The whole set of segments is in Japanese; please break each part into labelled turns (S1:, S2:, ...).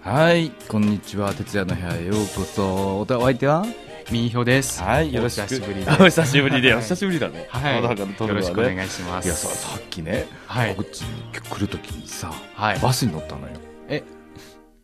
S1: はい、こんにちは、徹夜の部屋へようこそ。おたお相手は
S2: みーひょです。
S1: はい、よろしく。
S2: お久しぶりで
S1: あお 久しぶりで、
S2: はい
S1: お久しぶりだね。
S2: はい。
S1: まだから撮るの
S2: よろ
S1: は
S2: し
S1: ね
S2: くお願いします。
S1: いやさ、さっきね、
S2: はい
S1: こ。っちに来るときにさ、
S2: はい。
S1: バスに乗ったのよ。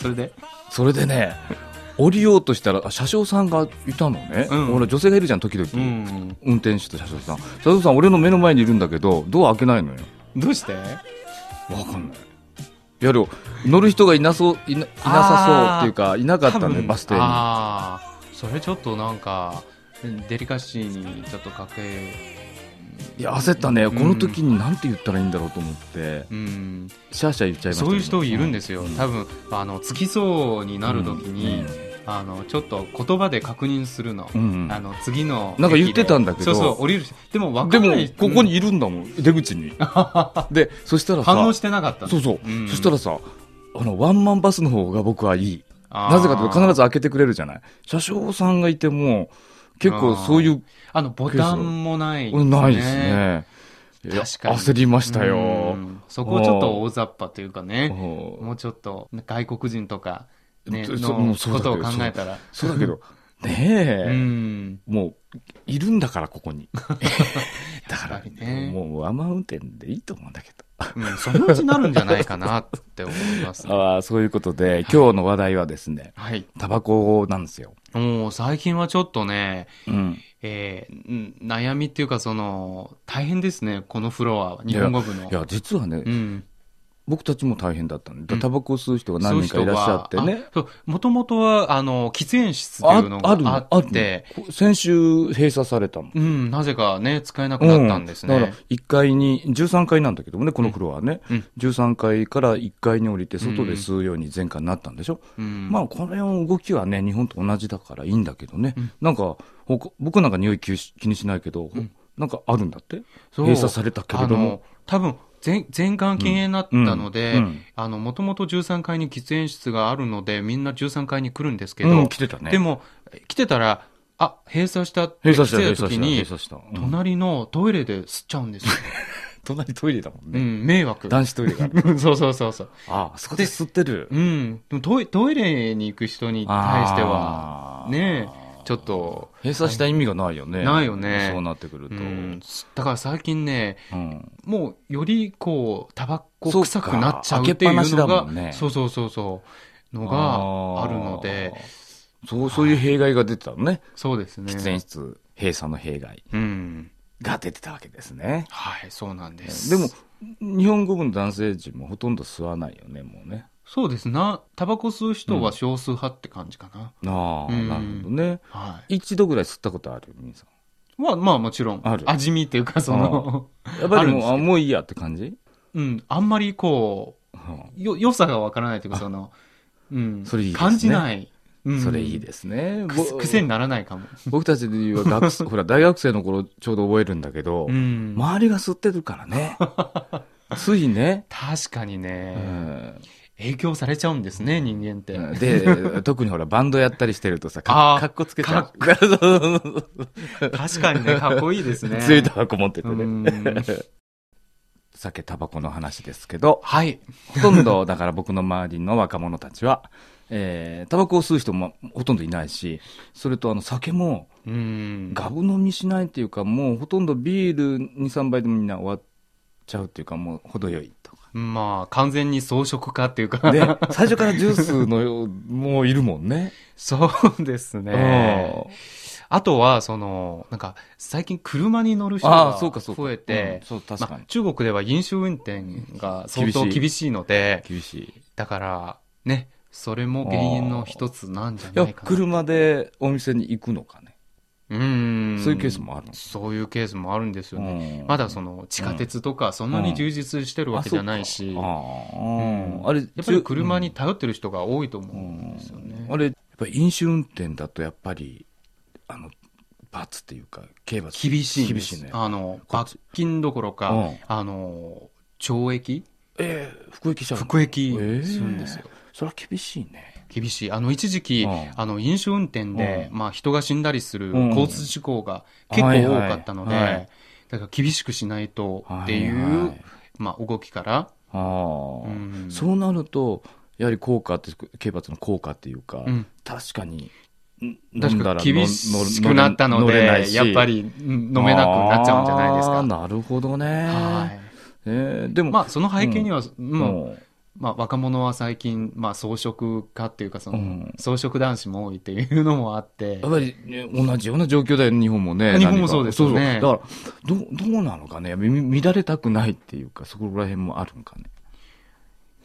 S2: それで
S1: それでね、降りようとしたら、あ車掌さんがいたのね。
S2: うん
S1: ほら、女性がいるじゃん、時々。
S2: ん。
S1: 運転手と車掌さん。車掌さん、俺の目の前にいるんだけど、ドア開けないのよ。
S2: どうしてい
S1: わかんない。いやでも乗る人がいなそういないなさそうっていうかいなかったねバス停に
S2: ああ、それちょっとなんか、デリカシーにちょっとかけ、
S1: いや焦ったね、
S2: うん
S1: この時になんて言ったらいいんだろうと思って
S2: うん。
S1: シャーシャー言っちゃいましたけど
S2: そういう人いるんですよ。
S1: うん
S2: 多分、あの、つきそうになるときに、あの、ちょっと言葉で確認するの。
S1: うんうん
S2: あの、次の。
S1: なんか言ってたんだけど
S2: そうそう、降りるし。でも、わ
S1: で
S2: かん
S1: も
S2: ない。
S1: ここ
S2: うん
S1: にいるんだもん出口 にでそしたらさ
S2: 反応してなかったの
S1: そうそう、
S2: うん
S1: そしたらさあのワンマンバスの方が僕はいいなぜかというと必ず開けてくれるじゃない車掌さんがいても結構そういう
S2: あの、ボタンもない、
S1: ないです。ねいや
S2: 確かに
S1: 焦りましたよ
S2: うんそこをちょっと大雑把というかね、
S1: うん
S2: もうちょっと外国人とか、ね、
S1: そも
S2: の
S1: うそうだ
S2: こ
S1: けど
S2: とを考えたら。
S1: そうだけ ど、ね
S2: う
S1: え、
S2: ん。
S1: もう、いるんだから、ここ に。だか
S2: や
S1: ら
S2: っぱり、ね
S1: もう、ワンマン運転でいいと思うんだけど。
S2: うんそのうちなるんじゃないかなって思います、ね。
S1: ああ、そういうことで、今日の話題はですね、
S2: はい。
S1: タバコなんですよ。
S2: もう最近はちょっとね、
S1: うん。
S2: えーうん悩みっていうかその、大変ですね、このフロアは、日本語部の。
S1: いや、実はね、
S2: うん。
S1: 僕たちも大変だったんで、
S2: うん
S1: タバコを吸う人が何人かいらっしゃってね。
S2: もともとは、あの、喫煙室ってい
S1: あ
S2: うの
S1: あるの
S2: があって、
S1: あるの先週閉鎖されたの。
S2: うん、なぜかね、使えなくなったんですね。
S1: うだから1階に、13階なんだけどもね、このフロアはね、
S2: うん
S1: 13階から1階に降りて、外で吸うように全館になったんでしょ、
S2: うん
S1: まあ、この動きはね、日本と同じだからいいんだけどね、
S2: うん
S1: なんか、ほか僕なんか匂い気にし気にしないけど、
S2: うん
S1: なんかあるんだって、
S2: そう
S1: 閉鎖されたけれど
S2: あ
S1: も
S2: の。多分全全館禁煙になったので、
S1: うん
S2: あのもともと13階に喫煙室があるのでみんな13階に来るんですけ
S1: う
S2: ど、
S1: ん、来てたね。
S2: でも来てたらあ閉鎖したって
S1: 閉鎖した、閉
S2: 来てた
S1: 鎖
S2: 時
S1: した、
S2: に
S1: 閉鎖した。うん
S2: 隣のトイレで吸っちゃう んですよ、
S1: 隣トイレだもん
S2: う
S1: ね。
S2: ん、迷惑
S1: 男子トイレがある。
S2: そうそうそうそう、
S1: ああ、そこで吸ってる。
S2: うん、でもトイトイレに行く人に対しては
S1: あー
S2: ねえちょっと、
S1: 閉鎖した意味がないよね。
S2: ないよね
S1: そうなってくる
S2: う
S1: と。
S2: ん、だから最近ね
S1: うん
S2: もうよりこう、タバ
S1: そ
S2: コ
S1: う
S2: 臭
S1: か
S2: くなっちゃうってい
S1: 開けっぱ
S2: うの
S1: なしだ
S2: が、
S1: もんね
S2: そうそうそうそう、のがあるので、
S1: あーそうそういう弊害が出てたのね、
S2: そうですね。
S1: 喫煙室閉鎖の弊害
S2: うん。
S1: が出てたわけですね
S2: はい、そうなんです。
S1: でも日本語部の男性陣もほとんど吸わないよねもうね
S2: そうですな、タバコ吸う人は少数派って感じかな。
S1: ああ、
S2: うん
S1: なるほどね
S2: はい。
S1: 一度ぐらい吸ったことあるみんさ
S2: まあまあもちろん、
S1: ある
S2: 味見っていうか、その、
S1: んやっぱ
S2: あ
S1: り
S2: る
S1: も
S2: ん
S1: う
S2: です
S1: あ
S2: けど
S1: もういいやって感じ、
S2: うん、あんまりこう、よ、良さがわからないというか、その、うん、
S1: それいいですね
S2: 感じない。うん
S1: それいいですね
S2: く
S1: ぼ
S2: す癖にならないかも。
S1: 僕たちで言うは学 生ほら大学生の頃ちょうど覚えるんだけど、
S2: うん。
S1: 周りが吸ってるから ねついね、
S2: 確かに
S1: う
S2: ね。
S1: ん
S2: 影響されちゃうんですね、人間って。
S1: で、特にほら、バンドやったりしてるとさ、
S2: あ
S1: か
S2: ー
S1: かっこつけちゃう。 そうそうそう
S2: 確かにね、かっこいいで すね。
S1: 強いタバコ持ってて
S2: う
S1: ね。
S2: ん
S1: 酒、タバコの話ですけど、
S2: はい。
S1: ほとんど、だから僕の周りの若者たちは、えー、タバコを吸う人もほとんどいないし、それとあの、酒も、
S2: うん。
S1: ガブ飲みしないっていうか、もうほとんどビール2、3杯でみんな終わっちゃうっていうか、もう程よいとか。
S2: まあ、完全に装飾家っていうか。
S1: で、最初からジュースの、もういるもんね。
S2: そうですね。あとは、その、なんか、最近車に乗る人
S1: ああ
S2: が
S1: ー、そうかそうか。
S2: 増え
S1: うん
S2: て、
S1: そう、確か
S2: まあ
S1: に。
S2: 中国では飲酒運転が相当
S1: 厳しい
S2: 厳しいので、
S1: 厳しい。
S2: だから、ね、それも原因の一つなんじゃ
S1: いや
S2: ないかな。
S1: 車でお店に行くのかね、
S2: うん。
S1: そういうケースもあるの
S2: そういうケースもあるんですよね。
S1: うん
S2: まだその地下鉄とかそんなに充実してるわけじゃないし、
S1: あ
S2: う
S1: ー
S2: ん
S1: あれ
S2: やっぱり車に頼ってる人が多いと思
S1: う
S2: うん
S1: ん
S2: ですよね。
S1: あれやっぱり飲酒運転だとやっぱりあの罰っていうか刑罰
S2: 厳しいん
S1: 厳
S2: で
S1: し
S2: す
S1: いね
S2: あの、
S1: こっち
S2: 罰金どころか、
S1: うん
S2: あの、懲役
S1: ええ服役者
S2: 服役するんですよ。
S1: それは厳しいね
S2: 厳しい。あの、一時期、
S1: うん
S2: あの、飲酒運転で、まあ、人が死んだりする
S1: うん
S2: 交通事故が結構多かったので、
S1: はいはい
S2: だから厳しくしないとっていう、
S1: はいはい
S2: まあ、動きから、
S1: ああ、
S2: うん
S1: そうなるとやはり効果って、刑罰の効果っていうか、確かに、
S2: 確かに厳しくなったの
S1: 飲んだら飲んだら乗れない
S2: で、
S1: し
S2: やっぱり飲めなくなっちゃうんじゃないです
S1: あー
S2: か。
S1: なるほどね。
S2: はい
S1: えーでも、
S2: まあ、その背景には、もう
S1: も
S2: まあ、若者は最近、まあ、装飾家っていうかその、
S1: うん
S2: 装飾男子も多いっていうのもあって
S1: やっぱりね、同じような状況だよね、日本もね。
S2: 日本
S1: 何
S2: も
S1: か
S2: そうですよね
S1: そうそうだから、どう、どうなのかね。み乱れたくないっていうか、そこら辺もあるんかね。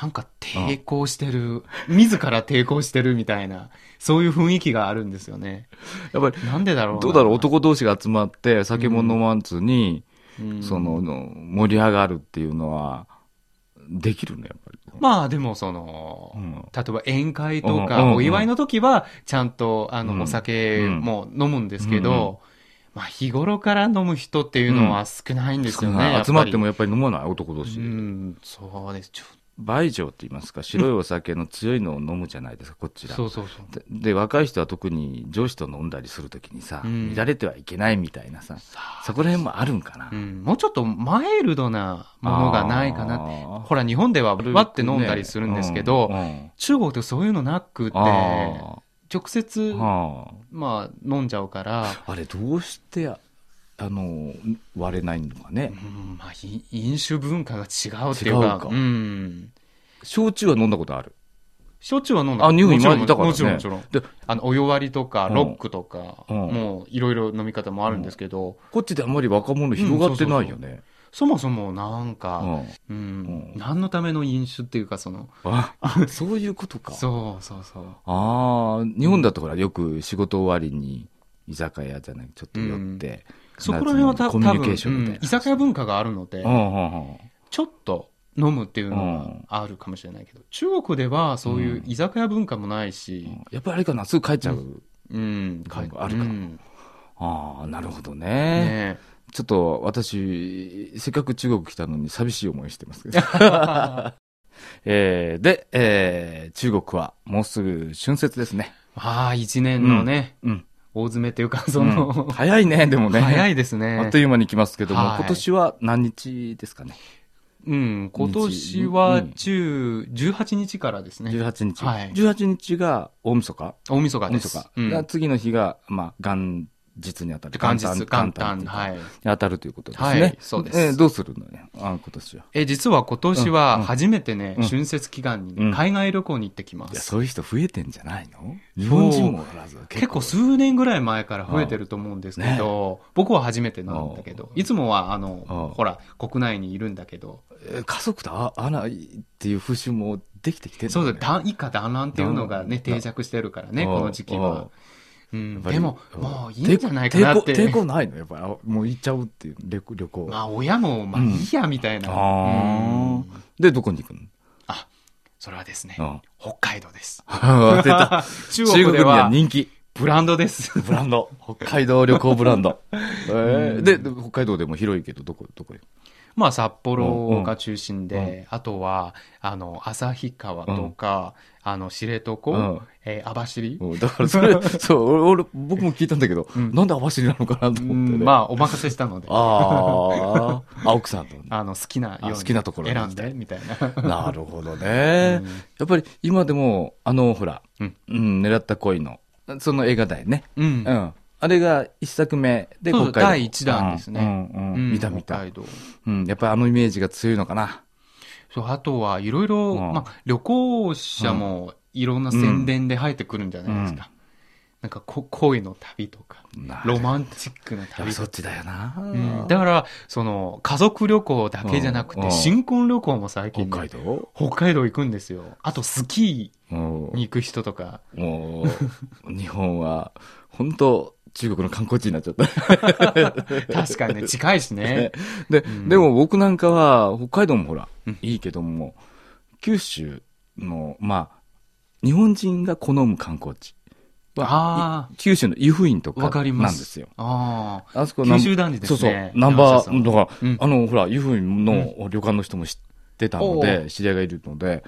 S2: なんか抵抗してる、自ら抵抗してるみたいなそういう雰囲気があるんですよね
S1: やっぱり、
S2: なんでだろうな
S1: どうだろう、男同士が集まって、酒も飲まずに、
S2: うん
S1: その、の盛り上がるっていうのは、できるの、やっぱり。
S2: まあでもその、
S1: うん
S2: 例えば宴会と
S1: うんうんう
S2: か
S1: ん
S2: お祝いの時はちゃんとあの、
S1: うん
S2: お酒も飲むんですけど、
S1: うんうん
S2: まあ日頃から飲む人っていうのは少ないんですよね、やぱり
S1: 集まってもやっぱり飲まない、男同
S2: う
S1: 士で。
S2: んそうですちょ
S1: 梅酒って言いますか、白いお酒の強いのを飲むじゃないですか、こちら。
S2: そうそうそう
S1: でで若い人は特に上司と飲んだりするときにさ、
S2: うん
S1: 乱れてはいけないみたいなさ、そこら辺もあるんかな。
S2: うん、もうちょっとマイルドなものがないかなって。
S1: あー
S2: ほら、日本では割って飲んだりするんですけど、
S1: うんうん
S2: 中国ってそういうのなくて、直
S1: あ
S2: 接、
S1: ーは
S2: まあ、飲んじゃうから、
S1: ああれ、どうして、あの、割れないのか
S2: う
S1: ね。
S2: んまあ、い飲酒文化が違うってい
S1: 違
S2: う
S1: う
S2: か、
S1: か
S2: うん。
S1: 焼酎は飲んだことある。
S2: 焼酎は飲んだ
S1: あ、日本
S2: もちろ
S1: 今
S2: ん
S1: いたからね。
S2: もちろん、もちろん。
S1: で、
S2: あの、お湯割りとか、
S1: うん
S2: ロックとか、
S1: うん
S2: もう、いろいろ飲み方もあるんですけど、
S1: こっちであんまり若者広がってないよね。
S2: そもそもなん
S1: う
S2: か、
S1: ん
S2: うん、
S1: うん
S2: 何のための飲酒っていうか、その、
S1: あ、そういうことか。
S2: そうそうそう。
S1: ああ、日本だとほら、よく仕事終わりに居酒屋じゃない、ちょっと寄って、
S2: そこら辺はた
S1: コ
S2: 多
S1: ミュニ
S2: 分、
S1: ケーションみたいな
S2: うん居酒屋文化があるので、
S1: うんうんうん
S2: ちょっと飲むっていう
S1: う
S2: の
S1: ん
S2: があるかもしれないけど、中国ではそういう居酒屋文化もないし、
S1: やっぱりあれかな、すぐ帰っちゃう。
S2: うん、か
S1: なんかあるかな
S2: うん
S1: ああ、なるほどね
S2: ね
S1: ちょっと私、せっかく中国来たのに寂しい思いしてますけ ど。えーで、えー中国はもうすぐ春節ですね。
S2: まあ、一年のね、
S1: うん。
S2: 大詰めっていうか、その、
S1: うん早いね、でもね。
S2: 早
S1: い。
S2: いですね。
S1: あっという間に来ますけども、
S2: はい
S1: 今年は何日ですかね。
S2: うん、今年
S1: う
S2: は
S1: ん
S2: 10、18日からですね。
S1: 18日。
S2: はい
S1: 18日が大晦日
S2: 大晦日
S1: 大
S2: です。
S1: 晦日。
S2: うん
S1: が次の日が、まあ、元日にあたる。
S2: 元日、元
S1: 元旦
S2: 旦、はい。
S1: に当たるということですね。
S2: はいそうです
S1: えーどうするのね、あ今年は。
S2: え、実は今年は初めてね、
S1: うん
S2: 春節期間に
S1: う
S2: ね
S1: ん
S2: 海外旅行に行ってきま
S1: いや、
S2: す。
S1: そういう人増えてんじゃないの日本人もおらず
S2: 結構数年ぐらい前から増えてると思うんですけど、僕は初めてなんだけど、いつもは、あの、
S1: うん
S2: ほら、国内にいるんだけど、
S1: えー家族と会わないっていう風習もできてきてる
S2: そうだ、だ一家団らんっていうのがね、
S1: だ
S2: 定着してるからね、
S1: うん
S2: この時期は。う
S1: や
S2: ん、
S1: っぱり
S2: でも、
S1: うん
S2: もういいんじゃないかなっ
S1: 抵抗抵
S2: て。
S1: 抗ないのやっぱりあもう行っちゃうっていう旅旅行、
S2: まあ、親も、まあ、
S1: うん
S2: いいや、みたいな。
S1: あ
S2: うん
S1: ーでどこに行くの
S2: あ、それはですね
S1: う、ん
S2: 北海道で す。
S1: 出た
S2: 中
S1: 中
S2: 国
S1: 国
S2: で
S1: には
S2: は、
S1: 人気
S2: ブランドです。
S1: ブラン ド北海道旅行ブラン ド、えー
S2: うん
S1: でで北海道でも広いけどどこどこへ
S2: まあ、札幌が中心で、あとは、あの、旭川とか、あの、知床、
S1: うん
S2: えー網走、
S1: うんだからそ れそう俺俺僕も聞いたんだけど、
S2: うん
S1: なんで網走なのかなと思って
S2: う
S1: ね、
S2: んまあ、お任せしたので、あ
S1: あーあ奥さんと
S2: の、好きなよう
S1: あ
S2: に
S1: 好きなところに
S2: 選んで、みたい な。
S1: なるほどね、
S2: うん
S1: やっぱり今でも、あの、ほら、
S2: う
S1: うんん、狙った恋の、その映画だよね。
S2: う
S1: うんん。。あれが一作目で、
S2: そうそう
S1: 北海道
S2: 第一弾ですね。
S1: うんうん
S2: うん
S1: 見た見
S2: 北
S1: た
S2: 海。道
S1: うん。やっぱりあのイメージが強いのかな。
S2: そう、あとはいろいろ、
S1: うん
S2: まあ、旅行者もいろんな宣伝で入ってくるんじゃないですか。なんかこ、恋の旅とか、
S1: な
S2: ロマンチックな
S1: やっぱ
S2: 旅と
S1: そ
S2: か
S1: っ。ちだよな。
S2: うんだから、その、家族旅行だけじゃなく
S1: う
S2: て、
S1: ん
S2: 新婚旅行も最近ね、
S1: 北海道
S2: 北海道行くんですよ。あと、スキ
S1: も
S2: ーに行く人とか。
S1: う、もう日本は、本当中国の観光地になっちゃった。
S2: 確か にね、近いしね。
S1: で、
S2: うん
S1: でも僕なんかは、北海道もほら
S2: うん、
S1: いいけども、九州の、まあ、日本人が好む観光地は、
S2: あ
S1: い九州の湯布院とか
S2: わかりま
S1: な
S2: す
S1: んですよ。
S2: あ
S1: あそこ
S2: あ、
S1: ナ
S2: 九
S1: ン
S2: 州男児です
S1: そう
S2: ね。
S1: そう、ナンバー、だから、
S2: うん
S1: あの、ほら、湯布院の旅館の人も知ってたので、知り合いがいるので、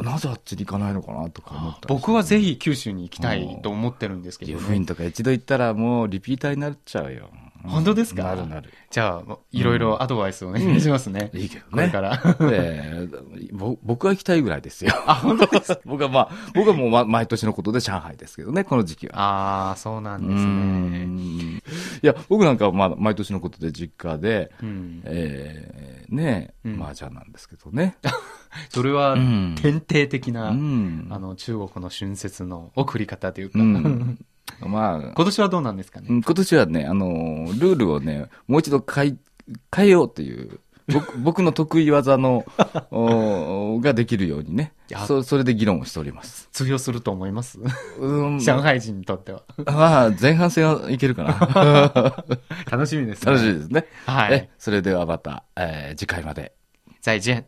S1: なぜあっちに行かないのかなとか思ったりして
S2: 僕はぜひ九州に行きたいと思ってるんですけど、
S1: 湯
S2: ね。
S1: 布院とか一度行ったらもうリピーターになっちゃうよ。うん
S2: 本当ですか
S1: なるなる。
S2: じゃあ、いろいろアドバイスをお願いしますね。
S1: いいけど
S2: これ
S1: ね
S2: か。ら。
S1: えーぼ僕は行きたいぐらいですよ。
S2: あ、本当です
S1: 僕はまあ、僕はもうま毎年のことで上海ですけどね、この時期は。
S2: ああ、そうなん
S1: う
S2: ですね。
S1: んいや、僕なんかはまあ毎年のことで実家で、
S2: うん。
S1: えー、ねえ、
S2: うん
S1: 麻雀なんですけどね。
S2: それは
S1: うん、
S2: 典型的な、
S1: うん
S2: あの、中国の春節の送り方というか、
S1: う
S2: 今
S1: んまあ、
S2: 年はどうなんですかね。
S1: 今年はね、あのールールをね、もう一度変え、変えようという、僕 僕の得意技の、おができるようにね
S2: いや、
S1: そそれで議論をしております。
S2: 通用すると思います。
S1: うん
S2: 上海人にとっては。
S1: ま あ、前半戦はいけるかな。
S2: 楽しみですね。
S1: 楽しいですね。
S2: はい
S1: え。それではまた、えー次回まで。
S2: 再见。